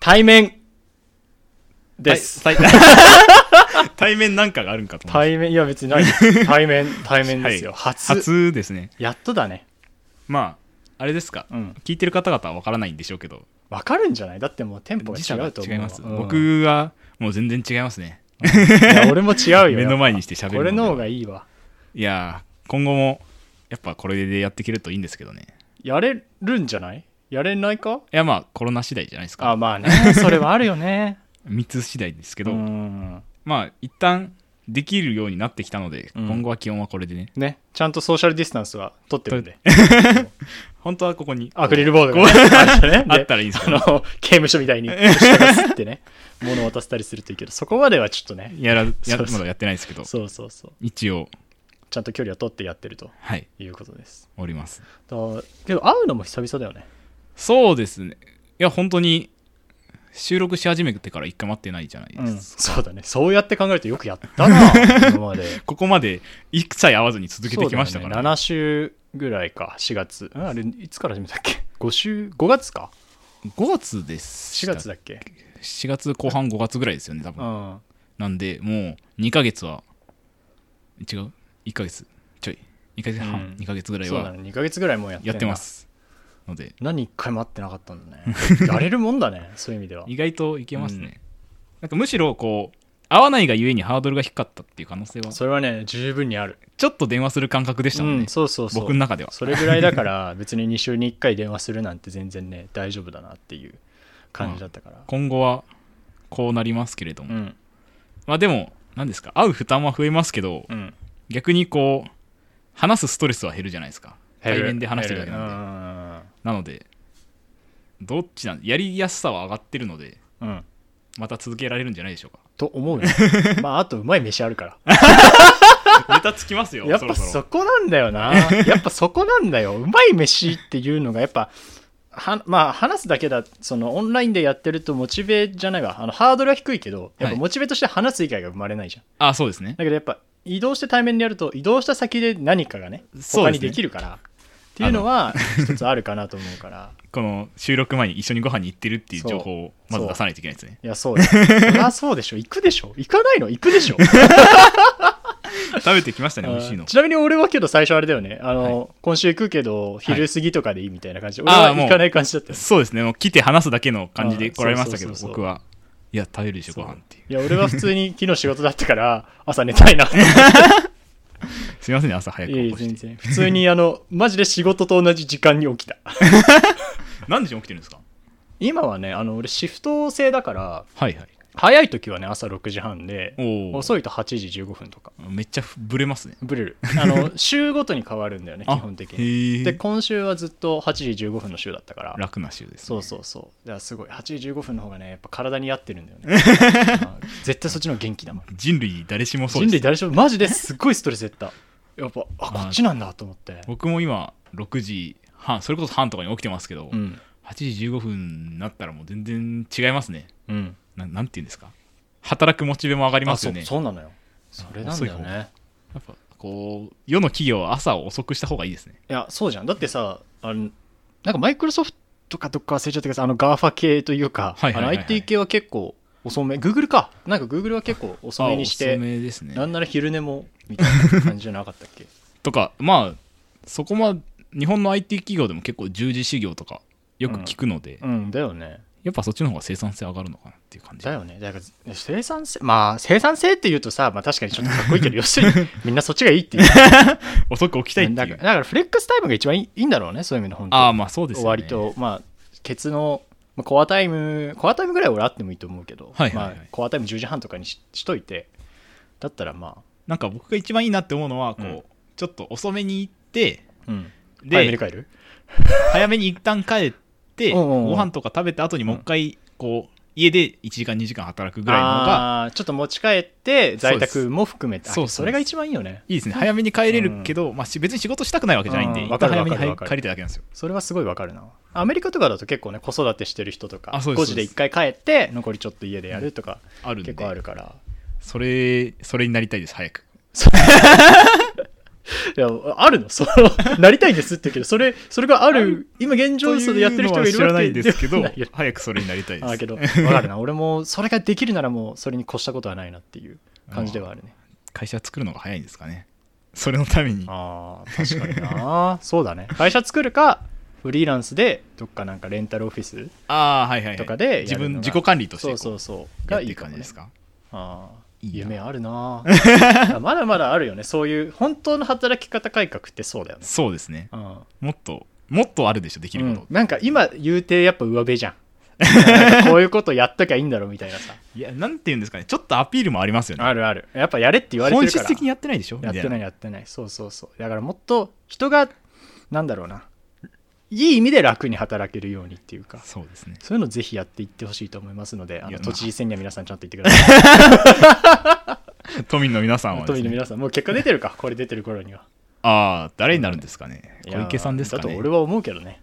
対面で。ですす。対 対面なんかがあるんかと思い対面、いや別 にない。対面、対面まですよ。初初ですね。やっとだね。まあ、あれですか、うん聞いてる方々は分からないんでしょうけど、わかるんじゃないだってもうテンポが時差違がうと思う。違います。うん僕はもう全然違いますね。いや俺も違うよ。目の前にしてやっ喋ぱる俺のの方でがいいわ。いやー、今後もやっぱこれでやっていけるといいんですけどね。やれるんじゃないやれないかいや、まあ、コロナ次第じゃないですあ、か。まあね。 それはあるよ ね。密次第ですけうど、ん。まあ、一旦できるようになってきたので、うん今後は基本はこれでね。ね。ちゃんとソーシャルディスタンスは取ってるん で。本当はここにアクリルボードがねあってね あったらいいんですあけど、の、刑務所みたいに、人が吸って ね、物を渡したりするといいけど、そこまではちょっとね、やらやそうそうまだやってないですけど、そうそうそう、一応、ちゃんと距離を取ってやってるとはい、いうことです。おります。だけど、会うのも久々だよね。そうですね。いや、本当に、収録し始めてから一回待ってないじゃないうでん、すか。そうだね。そうやって考えるとよくやった な、今まで。ここまで、一切会わずに続けてきましたかそうだよら、ね、7週ぐらいか、4月。うんあれ、いつから始めたっけ ?5 週、5月か5月です。 ?4 月だっけ4月後半5月ぐらいですよね、多う分。ん。なんで、もう2ヶ月は、違う ?1 ヶ月ちょい。1ヶ月半、うん2ヶ月ぐらいそうだはね、2ヶ月ぐらいもうやってんやなってま。す。ので、何一回も会ってなかったんだね。やれるもんだね、そういう意味では。意外といけますね。なんかむしろ、こう、会わないがゆえにハードルが低かったっていう可能性は、それはね、十分にある。ちょっと電話する感覚でしたもんうねん、。そうそうそう僕の中では。それぐらいだから別に2週に1回電話するなんて全然ね大丈夫だなっていう感じだったから、今後はこうなりますけれども、うんまあでも何ですか会う負担は増えますけど、うん、逆にこう話すストレスは減るじゃないですか対面で話してるだけなんでなんでなのでどっちなんやりやすさは上がってるのでうん、うん、また続けられるんじゃないでしょうと思 うねまああとうまい飯あるからかネタつきます よやっぱろろそこなんだよ なやっぱそこなんだようまい飯っていうのがやっぱはまあ話すだけだそのオンラインでやってるとモチベじゃないわあのハードルは低いけどやっぱモチベとして話す以外が生まれないじゃん、あそうですねだけどやっぱ移動して対面でやると移動した先で何かがねそう他ですねにできるから、っていうのは一つあるかなと思うからこの収録前に一緒にご飯に行ってるっていうそう情報をまず出さないといけないですねいやそうだよそりゃそうでしょ行くでしょ行かないの行くでしょ食べてきましたね美味しいのあーちなみに俺はけど最初あれだよねあの、今週行くけど昼過ぎとかでいいみたいな感じで、あ俺ーは行かない感じだったよそうですねもう来て話すだけの感じで来られましたけあどそうそうそうそう僕はいや食べるでしょご飯っていういや俺は普通に昨日仕事だったから朝寝たいないすいませんね朝早くやい起やこして全然普通にあのマジで仕事と同じ時間に起きた何時に起きてるんですか今はねあの俺シフト制だからはいはい早い時はね朝6時半でおお遅いと8時15分とかめっちゃブレますねブレる あの週ごとに変わるんだよね基あ本的にへでえ今週はずっと8時15分の週だったから楽な週です、そね、うそうそうだからすごい8時15分の方がねやっぱ体に合ってるんだよ ねあ絶対そっちの方が元気だもん人類誰しもそう人です類誰しもマジですっごいストレス減ったやっぱあこっちなんだと思って僕も今6時半それこそ半とかに起きてますけど、うん8時15分になったらもう全然違いますねうんななんていうんですか働くモチベも上がりあますそようねそうなのよそれなんだよ遅いねやっぱこう世の企業は朝を遅くした方がいいですねいやそうじゃんだってさあのなんかマイクロソフトかどっか忘れちゃったけどさあの GAFA 系というか、はいはいはいはいあの IT 系は結構遅め Google かなんか Google は結構遅めにしあて遅めですねなんなら昼寝もみたいな感じじゃなかったっ けとかまあそこま日本の IT 企業でも結構十字修行とかよく聞くので、うんだよねやっぱそっちの方が生産性上がるのかなっていう感じだよねだから生産性まあ生産性っていうとさ、まあ、確かにちょっとかっこいいけど要する にみんなそっちがいいっていう遅く起きたいって いうだからだからフレックスタイムが一番いいいいんだろうねそういう意味の本当にああまあそうですよね割とまあケツのまあコアタイムコアタイムぐらいは俺あってもいいと思うけど、はいはいはいまあ、コアタイム10時半とかにししといてだったらまなんか僕が一番いいなって思うのはこう、うんちょっと遅めに行ってあ、うん、で早めに帰る早めに一旦帰ってうんうんうんご飯とか食べた後にもう一回こう家で1時間2時間働くぐらいの方があーちょっと持ち帰って在宅も含めてあそうですそれが一番いいよねいいですね早めに帰れるけど、まあ、し別に仕事したくないわけじゃないんで、うん一旦早めにわかるわ早かるく帰りたいだけなんですよそれはすごいわかるなアメリカとかだと結構ね子育てしてる人とかあそうです5時で1回帰って残りちょっと家でやるとかあるんで結構あるからそれそれになりたいです早くいや、あるのその、 なりたいですって言うけど、それ、それがある、今現状それやってる人がいるわけ知らないですけど はないよ、早くそれになりたいです。あ けど、わかるな。俺も、それができるならもう、それに越したことはないなっていう感じではあるね。会社作るのが早いんですかね。それのために。ああ、確かにな。そうだ ね。会社作るか、フリーランスで、どっかなんかレンタルオフィスああ、はいはいはい。とかでやるのが自分、自己管理としてそこううそうそう。やっがていいいくか感もじねですか。ああいいな夢ある なあまだまだあるよねそういう本当の働き方改革ってそうだよね、そうですね。うんもっと、もっとあるでしょ、できるうこんと。なんか今言うてやっぱ上辺 じゃんなんかこういうことやっときゃいいんだろうみたいなさいや、なんていうんですかね、ちょっとアピールもありますよね。あるあるやっぱやれって言われて本るから質的にやってないでしょやってみたないいやってないそうそうそうだからもっと人がなんだろうないい意味で楽に働けるようにっていうかそうですね。そういうのぜひやっていってほしいと思いますのであいやのまあ都知事選には皆さんちゃんと言ってください都民の皆さんは都です民のね。皆さんもう結果出てるかこれ出てる頃にはああ、誰になるんですかね。い小や池さんですかね。だと俺は思うけどね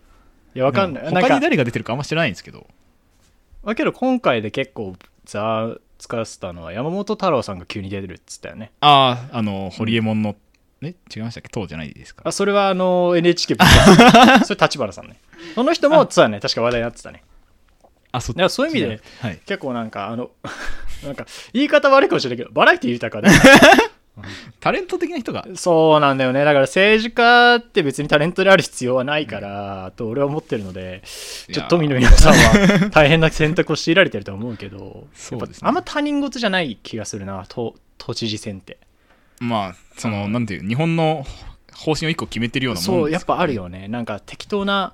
いやわかんないでもなん他にか誰が出てるかあんま知らないんですけど。だけど今回で結構ざ使わせたのは山本太郎さんが急に出てるっつったよねああ、あの、ホリエモンの、ね、違いましたっけ党じゃないですか。あそれはあの NHK 文化 それ立花さんねその人もそうだね確か話題になってたねあ、そだからそういう意味ではい。結構なんかあの なんか言い方悪いかもしれないけどバラエティ豊かで タレント的な人が、そうなんだよねだから政治家って別にタレントである必要はないから、と俺は思ってるのでちょっと都民の皆さんは大変な選択を強いられてるとは思うけどそうでやっすねぱあんま他人事じゃない気がするな都都知事選ってまあ、その、うんなんていう、日本の方針を一個決めてるようなもんそうでやすっかぱあるよねなんか適当な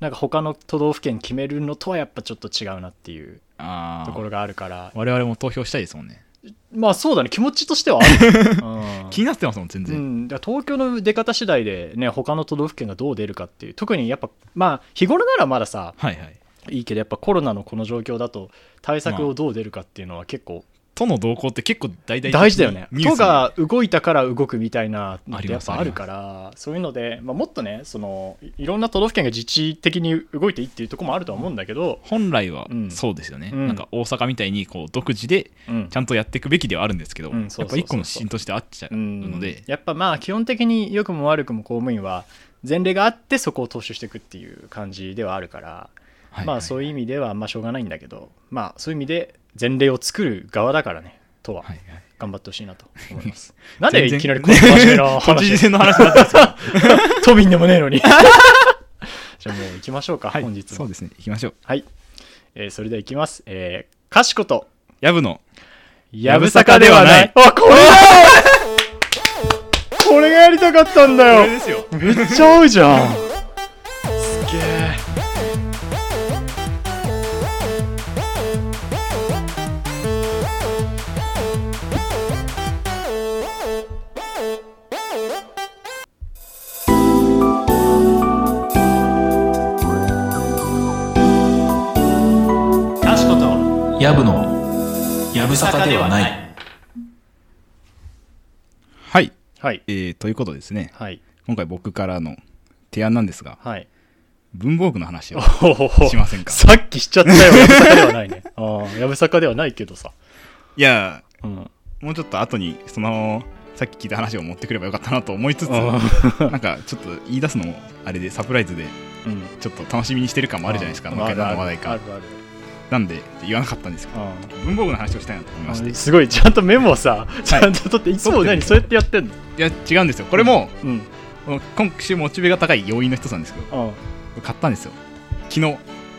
なんか他の都道府県決めるのとはやっぱちょっと違うなっていうあとこあ、ろがあるから我々も投票したいですもんね。まあそうだね気持ちとしては あ気る、になってますもん、全うんう然。ん、だから東京の出方次第でね他の都道府県がどう出るかっていう特にやっぱまあ日頃ならまださはいはい。いいけどやっぱコロナのこの状況だと対策をどう出るかっていうのは結構との動向って結構大々大事だよね。ニュー都スにが動いたから動くみたいなのってやっぱあありるまから、そういうので、まあ、もっとねそのい、いろんな都道府県が自治的に動いていいっていうところもあるとは思うんだけど、本来はうんそうですよね、うんなんか大阪みたいにこう独自でうんちゃんとやっていくべきではあるんですけど、うんそやうっそうそうそぱう一個の指針としてあっちゃうので、やっぱまあ、基本的に良くも悪くも公務員は、前例があって、そこを踏襲していくっていう感じではあるから、はいまあ、そういう意味では、まあ、しょうがないんだけど、まあ、そういう意味で、前例を作る側だからね、とははいはい頑張ってほしいなと思 います。なんでいきなりここんな真面 目な都知事話選の話になってます都民でもねえのに。じ ゃあもう行きましょうか、はい本日そうも。ですね行きましょうはい。えーそれでは行きます。えー、かしこと、やぶのやぶさかではない。あ、これだこれがやりたかったんだこよれですよめっちゃ合うじゃんすげえやぶのやぶさかではないはい、はいえーということですねはい今回僕からの提案なんですがはい文房具の話をししませんかさっきしちゃったよやぶさかではないねああやぶさかではないけどさいやうんもうちょっと後にそのさっき聞いた話を持ってくればよかったなと思いつつあなんかちょっと言い出すのもあれでサプライズでうんちょっと楽しみにしてる感もあるじゃないですかあ何回あ何のる話あ題るあかるあるなんで言わなかったんですけどああ文房具の話をしたいなと思いましていすごいちゃんとメモをさちゃんと取っていつも何そうやってやってんのや違うんですよこれもうんこの今週モチベが高い要因の一つなんですけどあ買ったんですよ昨日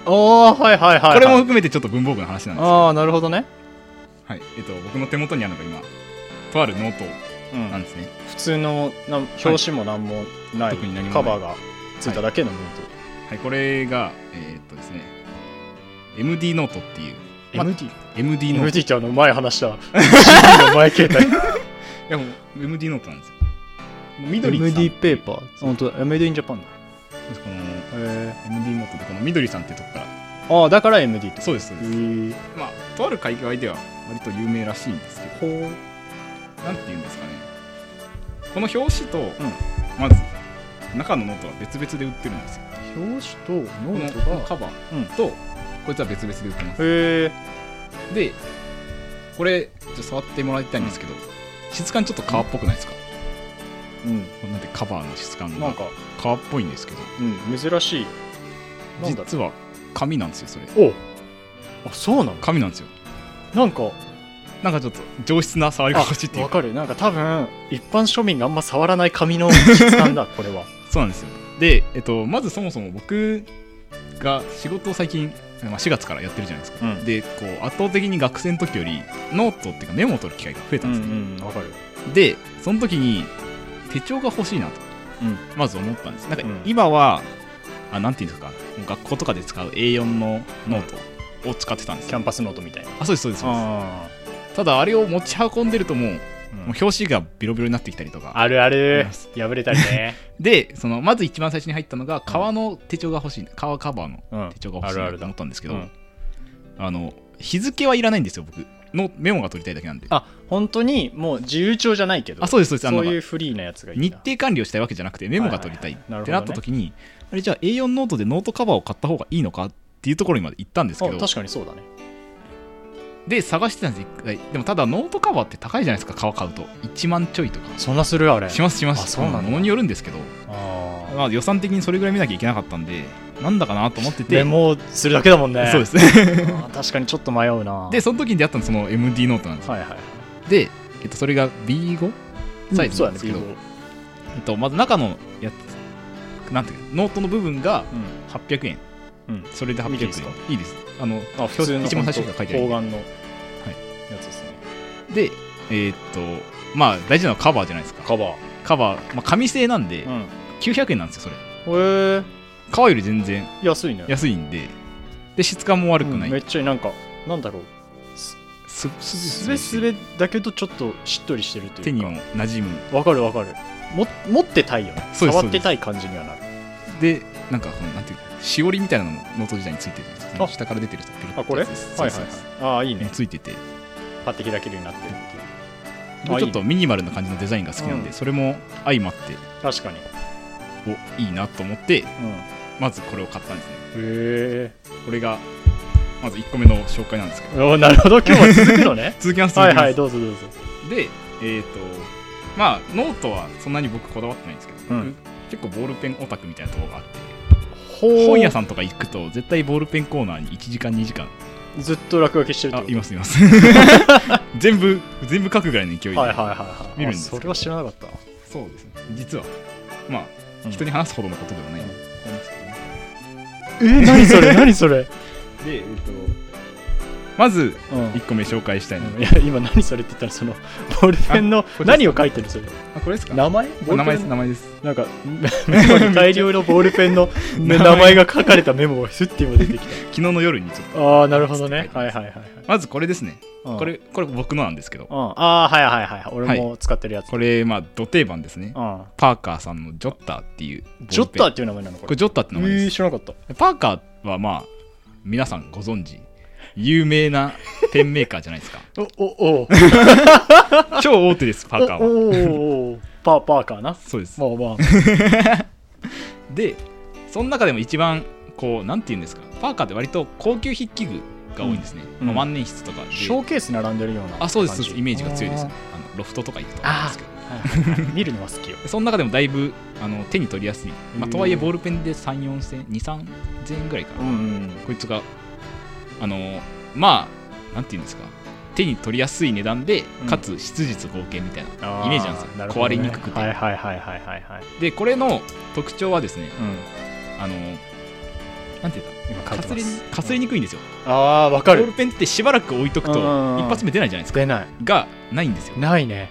あはいはいはいこれも含めてちょっと文房具の話なんですああなるほどねはいえっと僕の手元にあるのが今とあるノートうんなんですね普通のなん表紙も何もない、特に何もないカバーがついただけのものと、はいこれがえーっとですね MD ノートっていう MD?MD MD ノートいってあの前話した CD の前携帯やもう MD ノートなんですよもう緑さん MD ペーパー本当だ MD in Japan だこのへ MD ノートってこの緑さんってとこからーああだから MD ってそうですそうへです、ーまあとある界隈では割と有名らしいんですけどほうなんて言うんですかねこの表紙と、んまず中のノートは別々で売ってるんですよ表紙とこノのートこのがカバーと、こいつは別々で売ってますへえでこれちょっと触ってもらいたいんですけど、質感ちょっと革っぽくないですか、うん、なんてカバーの質感なんがか、革っぽいんですけどうん、珍しいなんだろ実は紙なんですよそれうおあそうなの紙なんですよなんかなんかちょっと上質な触り心地っていわうかかるなんか多分一般庶民があんま触らない紙の質感だ これはそうなんですよで、えっと、まずそもそも僕が仕事を最近、まあ、4月からやってるじゃないですか、うんでこう圧倒的に学生の時よりノートっていうかメモを取る機会が増えたんですよ、んわかるでその時に手帳が欲しいなと、うんまず思ったんですなんかうん今は、あなんていうんですか学校とかで使う A4 のノートを使ってたんですキよ、ャンパスノートみたいなあそうですそうですそうであすただあれを持ち運んでるともう,、ー、うんもう表紙がビロビロになってきたりとかあるあるま破れたりねでそのまず一番最初に入ったのが革の手帳が欲しい革カバーの うん手帳が欲しいあるあなるとだ思ったんですけけど、どあの日付はいらないんですよ僕のメモが取りたいだけなんでああ本当にもう自由帳じゃないけどそうですそうですあそのういうフリーなやつがいい日な程管理をしたいわけじゃなくてメモが取りたいっいはいてなった時にあれじゃあ A4 ノートでノートカバーを買った方がいいのかっていうところにまで行ったんですけあど確かにそうだねで探してたんです一回でもただノートカバーって高いじゃないですか革買うと1万ちょいとかそんなするあれしますしまあすそうなんだものによるんですけど、あーまあ、予算的にそれぐらい見なきゃいけなかったんでなんだかなと思っててメモをするだけだもんねそうですあー確かにちょっと迷うなでその時に出会ったのその MD ノートなんですよはいはいで、えっと、それが B5 サイズそうなだんねですけど、えっと、まず中のやつなんていうかノートの部分が800円、うんそれで800円見ていいですかいいですあのあ普通の一番最初から書いてある方眼のやつですねでえーっとまあ大事なのはカバーじゃないですかカバカバー、まあ、紙製なんでーうん900円なんですよそれへ革より全然え安いね安いんでで質感も悪くない、うんめっちゃいいなんかなんだろうすすべすべだけどちょっとしっとりしてるというか手にも馴染むわかるわかるも持ってたいよねそうです触ってたい感じにはなるでなんかこのなんていうかしおりみたいなのもノート時代についてるじゃないですかあ下から出てる人あこれはいはいはいはいああいいねついててパッて開けるようになってるっていうであちょっといいねミニマルな感じのデザインが好きなんで、うんそれも相まって確かにおいいなと思ってうんまずこれを買ったんですねへこれがまず1個目の紹介なんですけどえおなるほど今日は続くの ね続きます続はきいはまいすどうぞどうぞでえっ、とまあノートはそんなに僕こだわってないんですけど、うん結構ボールペンオタクみたいなところがあって本本屋さんとか行くと絶対ボールペンコーナーに1時間2時間んずっと落書きしてるってあこといますいます 全部全部書くぐらいの勢いで、はいはいはいはい見るんですけあどそれは知らなかったそうですね実はまあうん人に話すほどのことではない、うんなんえ何ですけどね それ何それで、えっと、まずうん1個目紹介したいのが、いや今何それって言ったらそ のボールペンのれです何を書いてるそれあこれですか名前ボー名ルペン前です名前ですなんか メモに大量のボールペンの、ね、 名前名前が書かれたメモがスッて今出てき 昨日の夜にちょっとたああなるほどねはいはいはいはい、まずこれですねうんこれこれ僕のなんですけどうん、ああーはいはいはい俺も使ってるやつ、これまあど定番ですねうん、パーカーさんのジョッターっていうジョッターボールペンっていう名前なのここれれジョッターって名前えでー、す知らなかったパーカーはまあ皆さんご存知有名なペンメーカーじゃな いですかおおお超大手ですパーカおーはおおおパーパーカーなそうですまあまあ でその中でも一番こうなんて言うんですかパーカーって割と高級筆記具が多いんですね、うんまあ万年筆とかでショーケース並んでるようなあそうです感そうじですイメージが強いですねあのロフトとか行くと思うんですけどあーはいはいはい見るのは好きよその中でもだいぶあの手に取りやすい、まうあ、んとはいえボールペンで3 4千2 3千円ぐらいかな、んこいつがあのまあなんて言うんですか手に取りやすい値段でうんかつ質実合計みたいな、イメージなんですよ、るほ壊どれねにくくて、はいはいはいはいはいはい、でこれの特徴はですねうん、あのなんていうか今書かいてすまれすかすれにくいんですよ、ああわボかーるルペンってしばらく置いとくとうんうんうん一発目出ないじゃないですか出ないがないんですよないね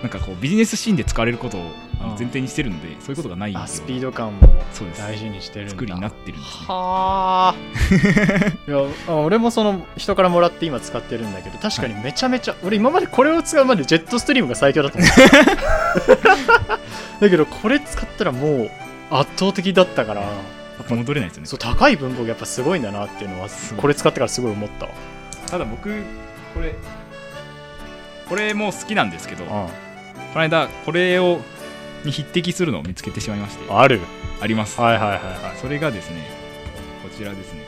なんかこうビジネスシーンで使われることをあのうん前提にしてるのでそういうことがないよあうなスピード感もそうです大事にしてるんだ作りになってるんですねはあ いやあ俺もその人からもらって今使ってるんだけど確かにめちゃめちゃ、俺今までこれを使うまでジェットストリームが最強だと 思っただけどこれ使ったらもう圧倒的だったから戻れないですよねそう高い文房具やっぱすごいんだなっていうのはすごいこれ使ってからすごい思ったわただ僕これこれも好きなんですけどこの間これをに匹敵するのを見つけてしまいましてああるりますはいはいはいはいそれがですねこちらですね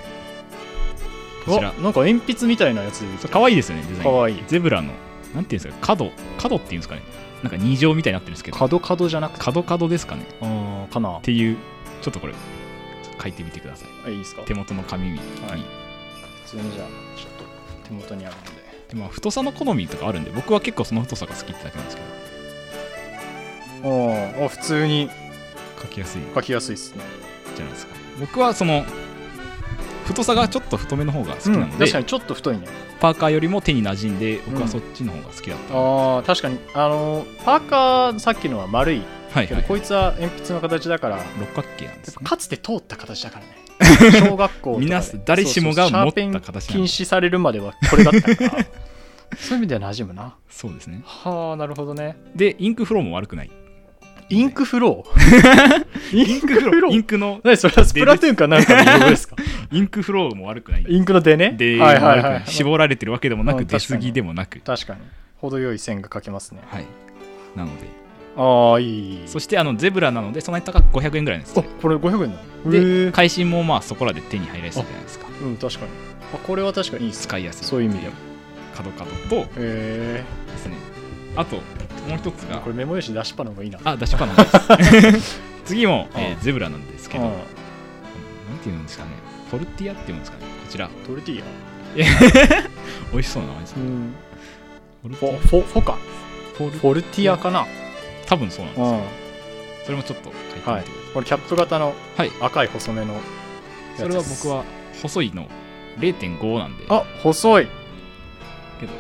こおちらなんか鉛筆みたいなやつでできてそうる可愛いですよねデザイン可愛いゼブラのなんていうんですか角角っていうんですかねなんか二乗みたいになってるんですけど角角じゃなくて角角ですかねっうんかなていうちょっとこれ書いてみてくださいあいいですか手普元の紙に、はい通にじゃあちょっと手元にあるんででまあ太さの好みとかあるんで僕は結構その太さが好きってだけなんですけどおーあ普通に書きやすい書きやすいっすねじゃないですか僕はその太さがちょっと太めの方が好きうんなので、確かにちょっと太いねパーカーよりも手に馴染んで僕はそっちの方が好きだった、はあー確かにあのーパーカーさっきのは丸いいけはどいこいつは鉛筆の形だから六角形なんですねかつて通った形だから ね小学校とかでみんな誰しもがそうそう持った形なんだシャーペン禁止されるまではこれだったから そういう意味では馴染むなそうですねはあなるほどねでインクフローも悪くないインクフロ ーインクフロイーンクの何それはスプラトゥーンかなんかの用語ですかインクフローも悪くない インクの出ねで、はいはいは悪くいない絞られてるわけでもなうくん出過ぎでもなく確かに程よい線が描けますねはいなのでああいいいいそしてあのゼブラなのでそんなに高く500円ぐらいなんですあねこれ500円だへでえ会心もまあそこらで手に入られそうじゃないですかうん確かにあこれは確かにいいっす使いやすいそういう意味では角角とへですねあともう一つえがこれメモ用紙出しっぱの方がいいなあ出しっぱなしです 次も、えーゼブラなんですけど、うなんんていうんですかねトルティアっていうんですかねこちらトルティーヤ美味しそうな名前ですうねんフォルフティォアフォフォかフォルフォルティアかな多分そうなんでうすんよそれもちょっと書いてみてくだはさいいこれキャップ型のはい赤い細めのそれは僕は細いの0.5なんであ細いけど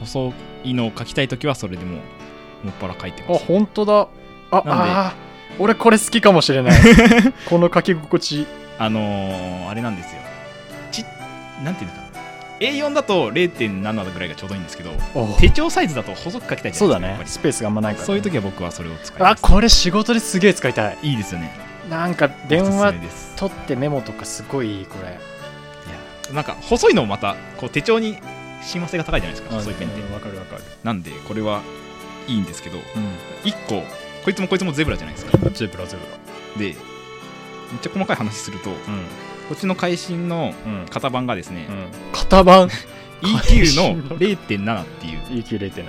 細いのを書きたい時はそれでもうもっぱら書いてあます、本当だあであー俺これ好きかもしれ ないこの書き心地あのー、あれなんですよちなんていうのかな A4 だと0.7ぐらいがちょうどいいんですけど手帳サイズだと細く書きたいじゃそうないですかだやっねぱりスペースがあんまないからねそういう時は僕はそれを使いまあすこれ仕事ですげえ使いたいいいですよねなんか電おす話すめです取ってメモとかすごいいいこれいやなんか細いのもまたこう手帳に親和性が高いじゃないですか細いペンってうんわかるわかるなんでこれはいいんですけどうん1個こいつもこいつもゼブラじゃないですかゼブラゼブでめっちゃ細かい話するとこラうんっちの会心のうん型番がですね、型番 EQ 会心のの0.7っていう EQ0.7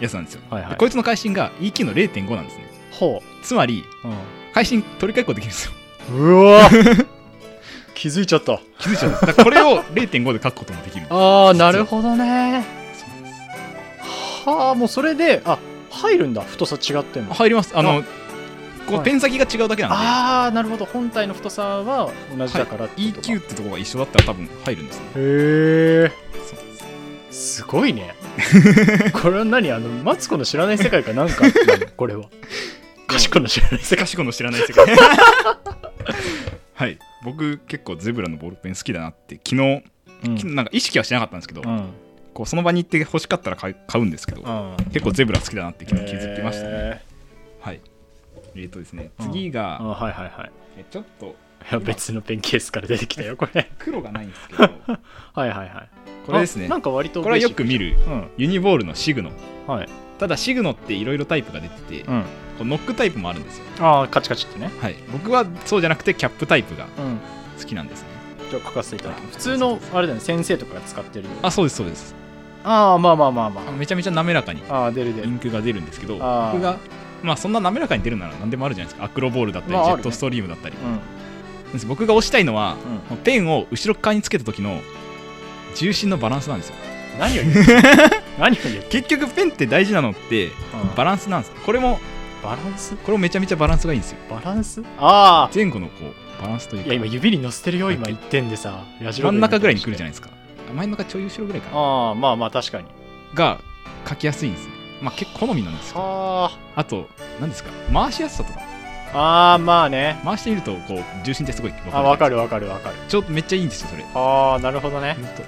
やつなんですよ、はいはいでこいつの会心が EQ の0.5なんですねほつまりう、会心取り替えっこできるんですようん、う わ気づいちゃった気づいちゃっただからこれを0.5で書くこともできるああなるほどねそうなんですはあもうそれであ入るんだ太さ違ってんの入りますあの あこはういペン先が違うだけなんで、ああなるほど本体の太さは同じだからってことか EQ ってとこが一緒だったら多分入るんですねへえそうなんですすごい ねこれは何あのマツコの知らない世界かなんかな のこれは賢いの知らない 世せ界かしこの知らない世界 はい僕結構ゼブラのボールペン好きだなって昨日、昨日なんか意識はしなかったんですけど、うんこうその場に行って欲しかったら買う買うんですけど、うん結構ゼブラ好きだなって昨日気づきましたね、へはいえーとですねうん次ーが、あはいはいはいえちょっといや別のペンケースから出てきたよこれ黒がないんですけどはいはいはいこれですねあなんか割とこれはよく見るるうんユニボールのシグノはいただシグノっていろいろタイプが出てて、うんこうノックタイプもあるんですよああカチカチってねはい僕はそうじゃなくてキャップタイプがうん好きなんですねじゃあ書かせていただきますはい普通のあれだよね先生とかが使ってるようなあそうですそうですああまあまあまあまあめちゃめちゃ滑らかにあああ出る出イるンクが出るんですけど僕あーがまあそんな滑らかに出るなら何でもあるじゃないですかアクロボールだったり、まああるジェねットストリームだったり、うんです僕が押したいのうは、んこのペンを後ろ側につけた時の重心のバランスなんですよ何を言って る何を言ってる結局ペンって大事なのってうんバランスなんですこれもバランスこれもめちゃめちゃバランスがいいんですよバランスああ前後のこうバランスといういかや今指に乗せてるよ今言ってんでさ真ん中ぐらいに来るじないゃないですか真ん中ちょい後ろぐらいかなああまあまあ確かにが書きやすいんですねまあ結構好みなんですけどはあと何ですか回しやすさとかあああまあね回してみるとこう重心ってすごい分かるあわかるわかるわかるちょっとめっちゃいいんですよそれああなるほどねほんと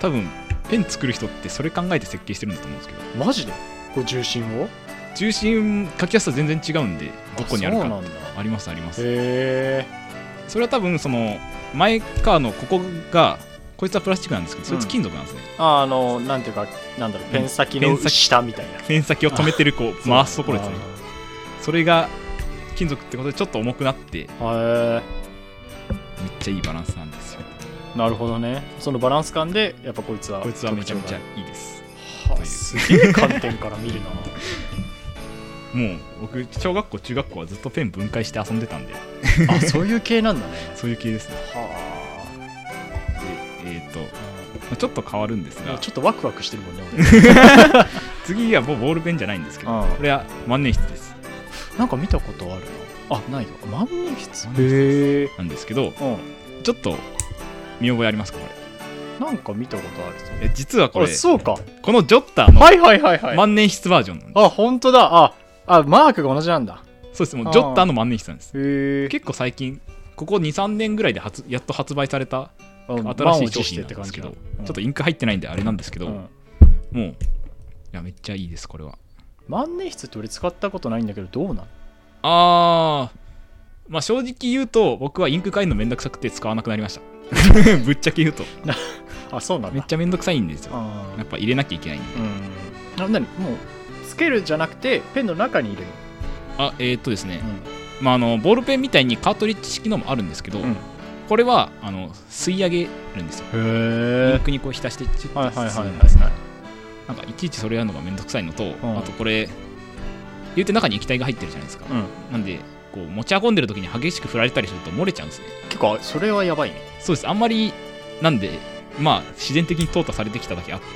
多分ペン作る人ってそれ考えて設計してるんだと思うんですけどマジでこう重心を重心書きやすさ全然違うんでどこにあるそうなかんだへありますありますえそれは多分その前側のここがこいつはプラスチックなんですけどそいつ金属なんですね、ああのなんていうかなんだろうペン先のペン先下みたいなペン先を止めてるこう回すところですねねそれが金属ってことでちょっと重くなってめっへちゃいいバランスなんですよえなるほどねそのバランス感でやっぱこいつはこいつはめちゃめちゃ特徴いいですがとはあすげえ観点から見るないうもう僕小学校中学校はずっとペン分解して遊んでたんで あそういう系なんだねそういう系ですねはでえっ、と、まあちょっと変わるんですあがちょっとワクワクしてるもんね次はもうボールペンじゃないんですけど俺これは万年筆ですうんなんか見たことあるなあないよ万年万筆年へえなんですけどうんちょっと見覚えありますかこなんか見たことあるぞれえ実はこれあそうかこのジョッターのはいはいはいはい、万年筆バージョンなんです、あ本当だああマークが同じなんだそうですもあーうジョッターの万年筆なんですへえ結構最近ここ23年ぐらいで発やっと発売された新しい商品なんですけど、ちょっとインク入ってないんであれなんですけど、うんもういやめっちゃいいですこれは万年筆って俺使ったことないんだけどどうなのあーまあ正直言うと僕はインク買えるのめんどくさくて使わなくなりました ぶっちゃけ言うとあそうなんだめっちゃめんどくさいんですよあやっぱ入れなきゃいけないんでうんあなにもうつけるじゃなくてペンの中に入れる、あえー、っとですね、うまあ、あのボールペンみたいにカートリッジ式のもあるんですけど、うんこれはあの吸い上げるんですよん、イへンクにこう浸してチュッはいとはいはい吸はういんですねなんかいちいちそれやるのがめんどくさいのと、んあとこれ言うて中に液体が入ってるじゃないですか、うん、なんでこう持ち運んでる時に激しく振られたりすると漏れちゃうんですね結構それはやばいね、そうですあんまりなんでまあ自然的に淘汰されてきただけあってう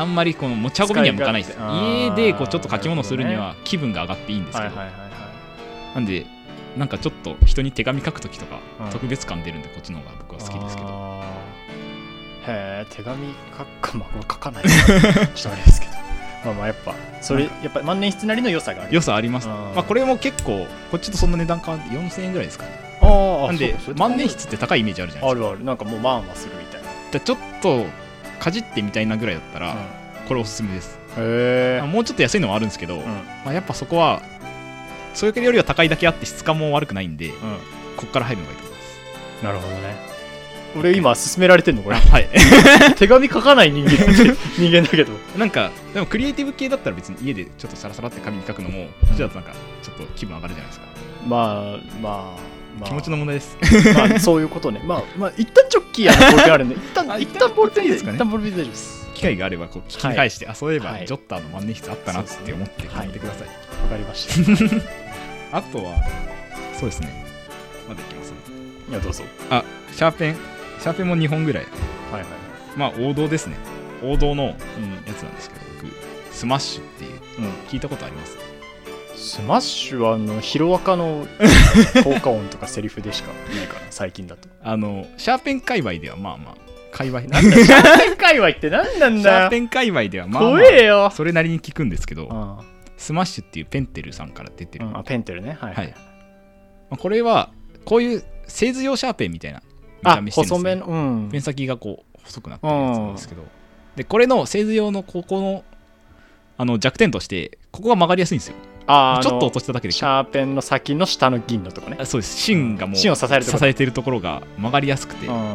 あんまりこの持ち運びには向かないです使い勝手家あーでこうちょっと書き物するになは気分が上がっていいんですけど、いはなんでなんかちょっと人に手紙書く時とかうん特別感出るんでこっちの方が僕は好きですけどあーへえ手紙書くかまあこれ書かないちょっとあれですけど まあまあやっぱそれなやっぱ万年筆なりの良さがある良さありますあーまあこれも結構こっちとそんな値段変わん4000円ぐらいですかねあーあなんでそうか万年筆って高いイメージあるじゃないあでするあるなんかもうまあまあするみたいな、かじゃあちょっとかじってみたいなぐらいだったらこれおすすめですうんへえもうちょっと安いのもあるんですけどうんまあやっぱそこはそういうよりは高いだけあって質感も悪くないんでうんこっから入るのがいいと思いますなるほどね俺今勧められてん のこれはい手紙書かない人間人間だけどなんかでもクリエイティブ系だったら別に家でちょっとサラサラって紙に書くのもこっちだとなんかちょっと気分上がるじゃないですかまあまあまあ気持ちの問題です まあそういうことねまあまあ一旦チョッキーやなボールペンあるんで一あ旦一一旦旦ボールペンで一一旦旦ボールペンで大丈夫です機会があればこう聞き返して、あそういえばはいジョッターの万年筆あったなって思って買ってください、わかりましたあとはそうですねまだ いきますねいやどうぞあシャーペンシャーペンも2本ぐらいはいはいまあ王道ですね王道のやうんつなんですけど僕スマッシュっていううん聞いたことありますスマッシュはあのヒロアカの効果音とかセリフでしかないから最近だとあのシャーペン界隈ではまあまあ界隈なんだよシャーペン 界隈って何なんシャーだペよン界隈ではまあ、ま怖あ、えよそれなりに聞くんですけどあスマッシュっていうペンテルさんから出てある、うんあペンテルねはいはいまあ、これはこういう製図用シャーペンみたいな見あた目してるんです細ねめのうんペン先がこう細くなってるやつなんですけど、でこれの製図用のここのあの弱点としてここが曲がりやすいんですよあちょっと落ととしただけでシャーペンの先の下の銀のとこねあそうです芯がもう芯を支えるとこ支えてるところが曲がりやすくて、うっん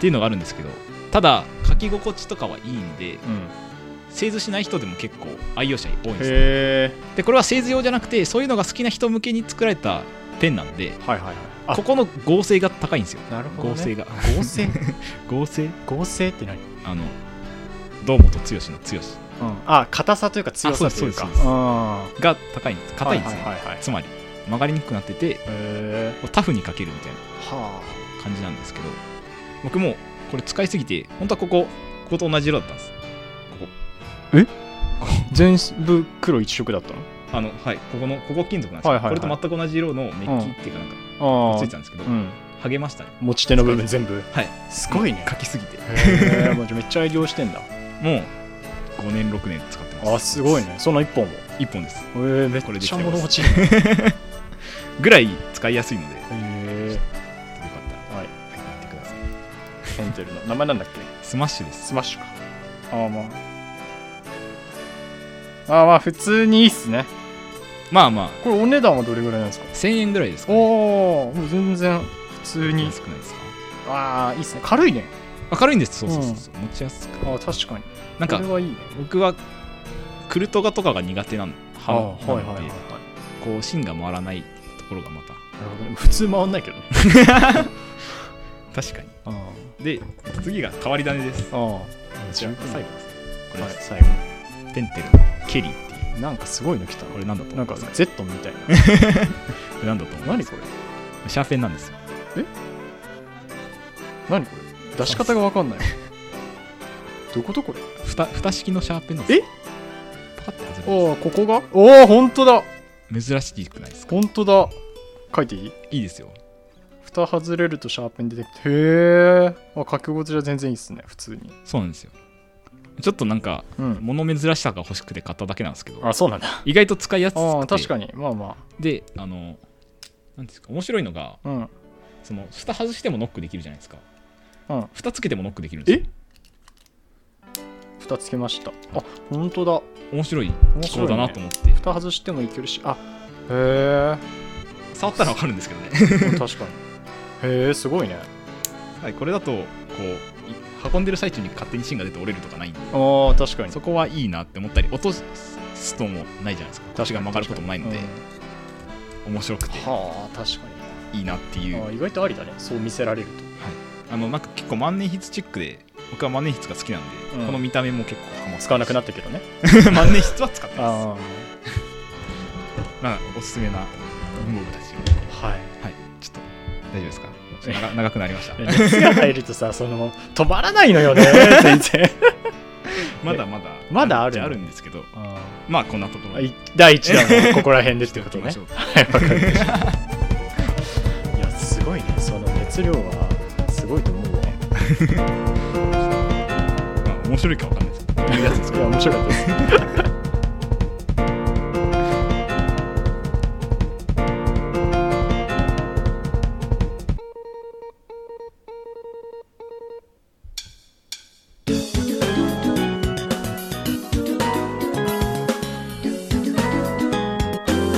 ていうのがあるんですけどただ書き心地とかはいいんでうん製図しない人でも結構愛用者多いんですよへえでこれは製図用じゃなくてそういうのが好きな人向けに作られたペンなんではいはいはいあここの合成が高いんですよなるほど、ね、合成が合成 合成合成って何、うん、あの堂本剛の剛あ硬さというか強さというかあそうですそうですあが高いんですー硬いんですね、はいはいはいはいへつまり曲がりにくくなっててえタフに書けるみたいなは感じなんですけど僕もこれ使いすぎて本当はここここと同じ色だったんですこあ全部黒一色だったこあのはいここのここ金属なんですよ、はいはいはいこれと全く同じ色のメッキっていうかなんかのついてたたんですけど、うん剥げましたね持ち手の部分全部はいすごいね書きすぎてへえもうめっちゃ愛用してん だもう5年6年使ってますあすごいねその一本もへ1本ですえめこれっできちてゃます物持ちいいねへぐらい使いやすいのでよかえったらはい入ってみてくださいペンテルの名前なんだっけスマッシュですスマッシュかああまああーまあ普通にいいっすねまあまあこれお値段はどれぐらいなんですか1000円ぐらいですか、ね、おおもう全然普通に安くないですかああいいっすね軽いね明るいんですそうそうそうそう、持ちやすくああ確かになんかこれはいいね僕はクルトガとかが苦手なんああ派ーはいはいなはいはのいでこう芯が回らないところがまたなるほどね普通回んないけどね確かにあで次が変わり種ですあああじゃ最あ後ですこれはでい、す、最後ペンテルのケリーっていうなんかすごいの来たこれなんだと思ないんかますか Z みたいなこれなんだと思います何これシャーペンなんですよ何これ出し方がわかんないどことこれふた蓋式のシャーペンなんですよパカッて外れおおここがおお本当だます珍しくないですか本当だ書いていいいいですよ蓋外れるとシャーペン出てきてへえ覚悟じゃ全然いいっすね普通にそうなんですよちょっとなんかうん物珍しさが欲しくて買っただけなんですけどあそうなんだあ意外と使いやすくてあ確かにまあまであのなんですか面白いのがあうんその蓋外してもノックできるじゃないですかうん蓋つけてもノックできるんですよ蓋つけましたあ本当だ面白い機構だなと思って、蓋外してもいけるしあへ触ったら分かるんですけどねえ確かにへえすごいね はい、これだとこうい運んでる最中に勝手に芯が出て折れるとかないんでああ確かにそこはいいなって思ったり落とすともないじゃないですか腰が曲がることもないのでうん面白くてはあ確かにいいなっていうあー意外とありだねそう見せられるあのなんか結構万年筆チェックで僕は万年筆が好きなんで、うんこの見た目も結構ハマと使わなくなっったけどねて 万年筆は使ってまあすなんかおすすめな文房具たちをあはいはいちょっと大丈夫ですかちょっ と長長くなりました熱が入るとさその止まらないのよね全 然まだまだまだあるじゃあるんですけどあまあこんなところーにい第一弾はここら辺でっしててこおきと まねしょうか、はいわかりましたいやすごいねその熱量はすごいと思うわまあ、面白いか分かんないですけどこういうやつですいや面白かったです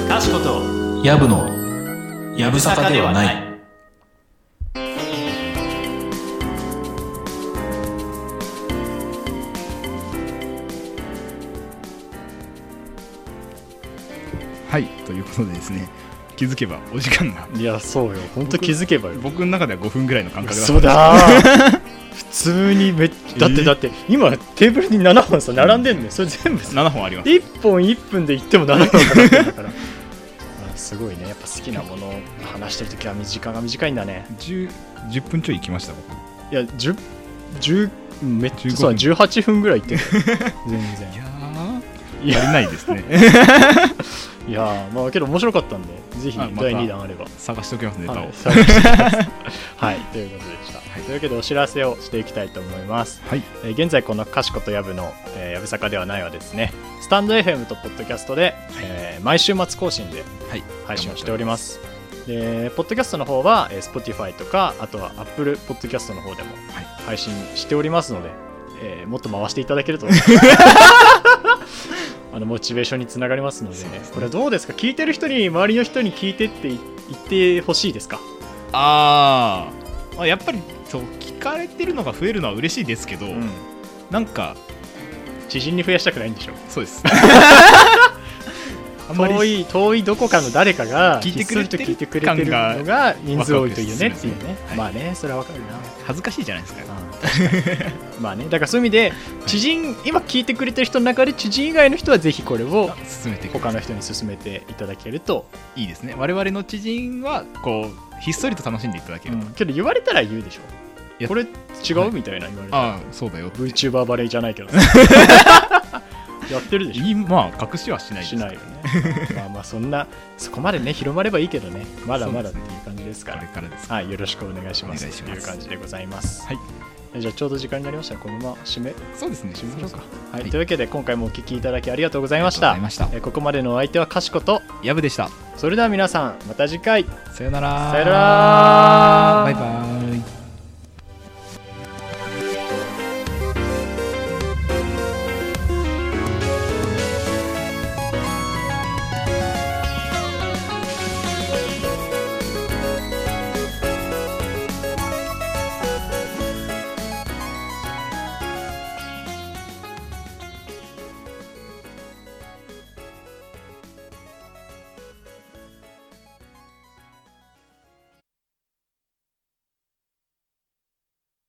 かしことやぶのやぶさかではないはい、ということでですね、気づけばお時間が、いやそうよ本当気づけばよ僕の中では5分ぐらいの感覚だった嘘だー普通にめっだってえだって今テーブルに7本さ並んでんのよそれ全部さ7本あります。 1本1分で言っても7本かかってるんだからあすごいねやっぱ好きなものを話してるときは短が短いんだね 10, 10分ちょい行きました、僕。いや10 10めっちゃ15そう18分ぐらいい ってる全然いいやー、足やりないですね。 いやーまあけど面白かったんでぜひあまた第2弾あれば探しておきます、ネタを。ははいい、探してください はいということでした、というわけでお知らせをしていきたいと思いますえー現在この「かしことやぶの」えーやぶさかではない」はですねスタンド FM とポッドキャストで、えー毎週末更新ではい、配信をしておりますでポッドキャストの方は、えー Spotify とかあとは Apple ポッドキャストの方でもはい配信しておりますので、えーもっと回していただ けるとあのモチベーションにつながりますので,、そうですねこれどうですか聞いてる人に周りの人に聞いてってい言ってほしいですかあー、まあ、やっぱりそう聞かれてるのが増えるのは嬉しいですけど、うんなんか、知人に増やしたくないんでしょそう です。あんまり遠い遠いどこかの誰かが聞いてくれてるひっそりと聞いてくれてるのが人数多いといいよねワクワクっていうね、はいまあねそれはわかるな、恥ずかしいじゃないですか。 まあねだからそういう意味で知人今聞いてくれてる人の中で知人以外の人はぜひこれを進めていく他の人に勧めていただけると、いいですね我々の知人はこうひっそりと楽しんでいただけると、けど言われたら言うでしいょやこれ違う、はいみたいな言われたらああそうだよ VTuber バレーじゃ ないけどさやってるでしょいいまあ隠しはしないですしないよねまあまあそんなそこまでね広まればいいけどねまだまだっていう感じですかこられからですはい、よろしくお願いしますお願いしとますいう感じでございます。はいえじゃあちょうど時間になりましたのでこのまま締めそうですね、締めましょうか。はい、はいというわけで今回もお聞きいただきありがとうございましたありがとうございましたえここまでのお相手はかしことやぶでした。それでは皆さんまた次回さよなら。さよならバイバイ。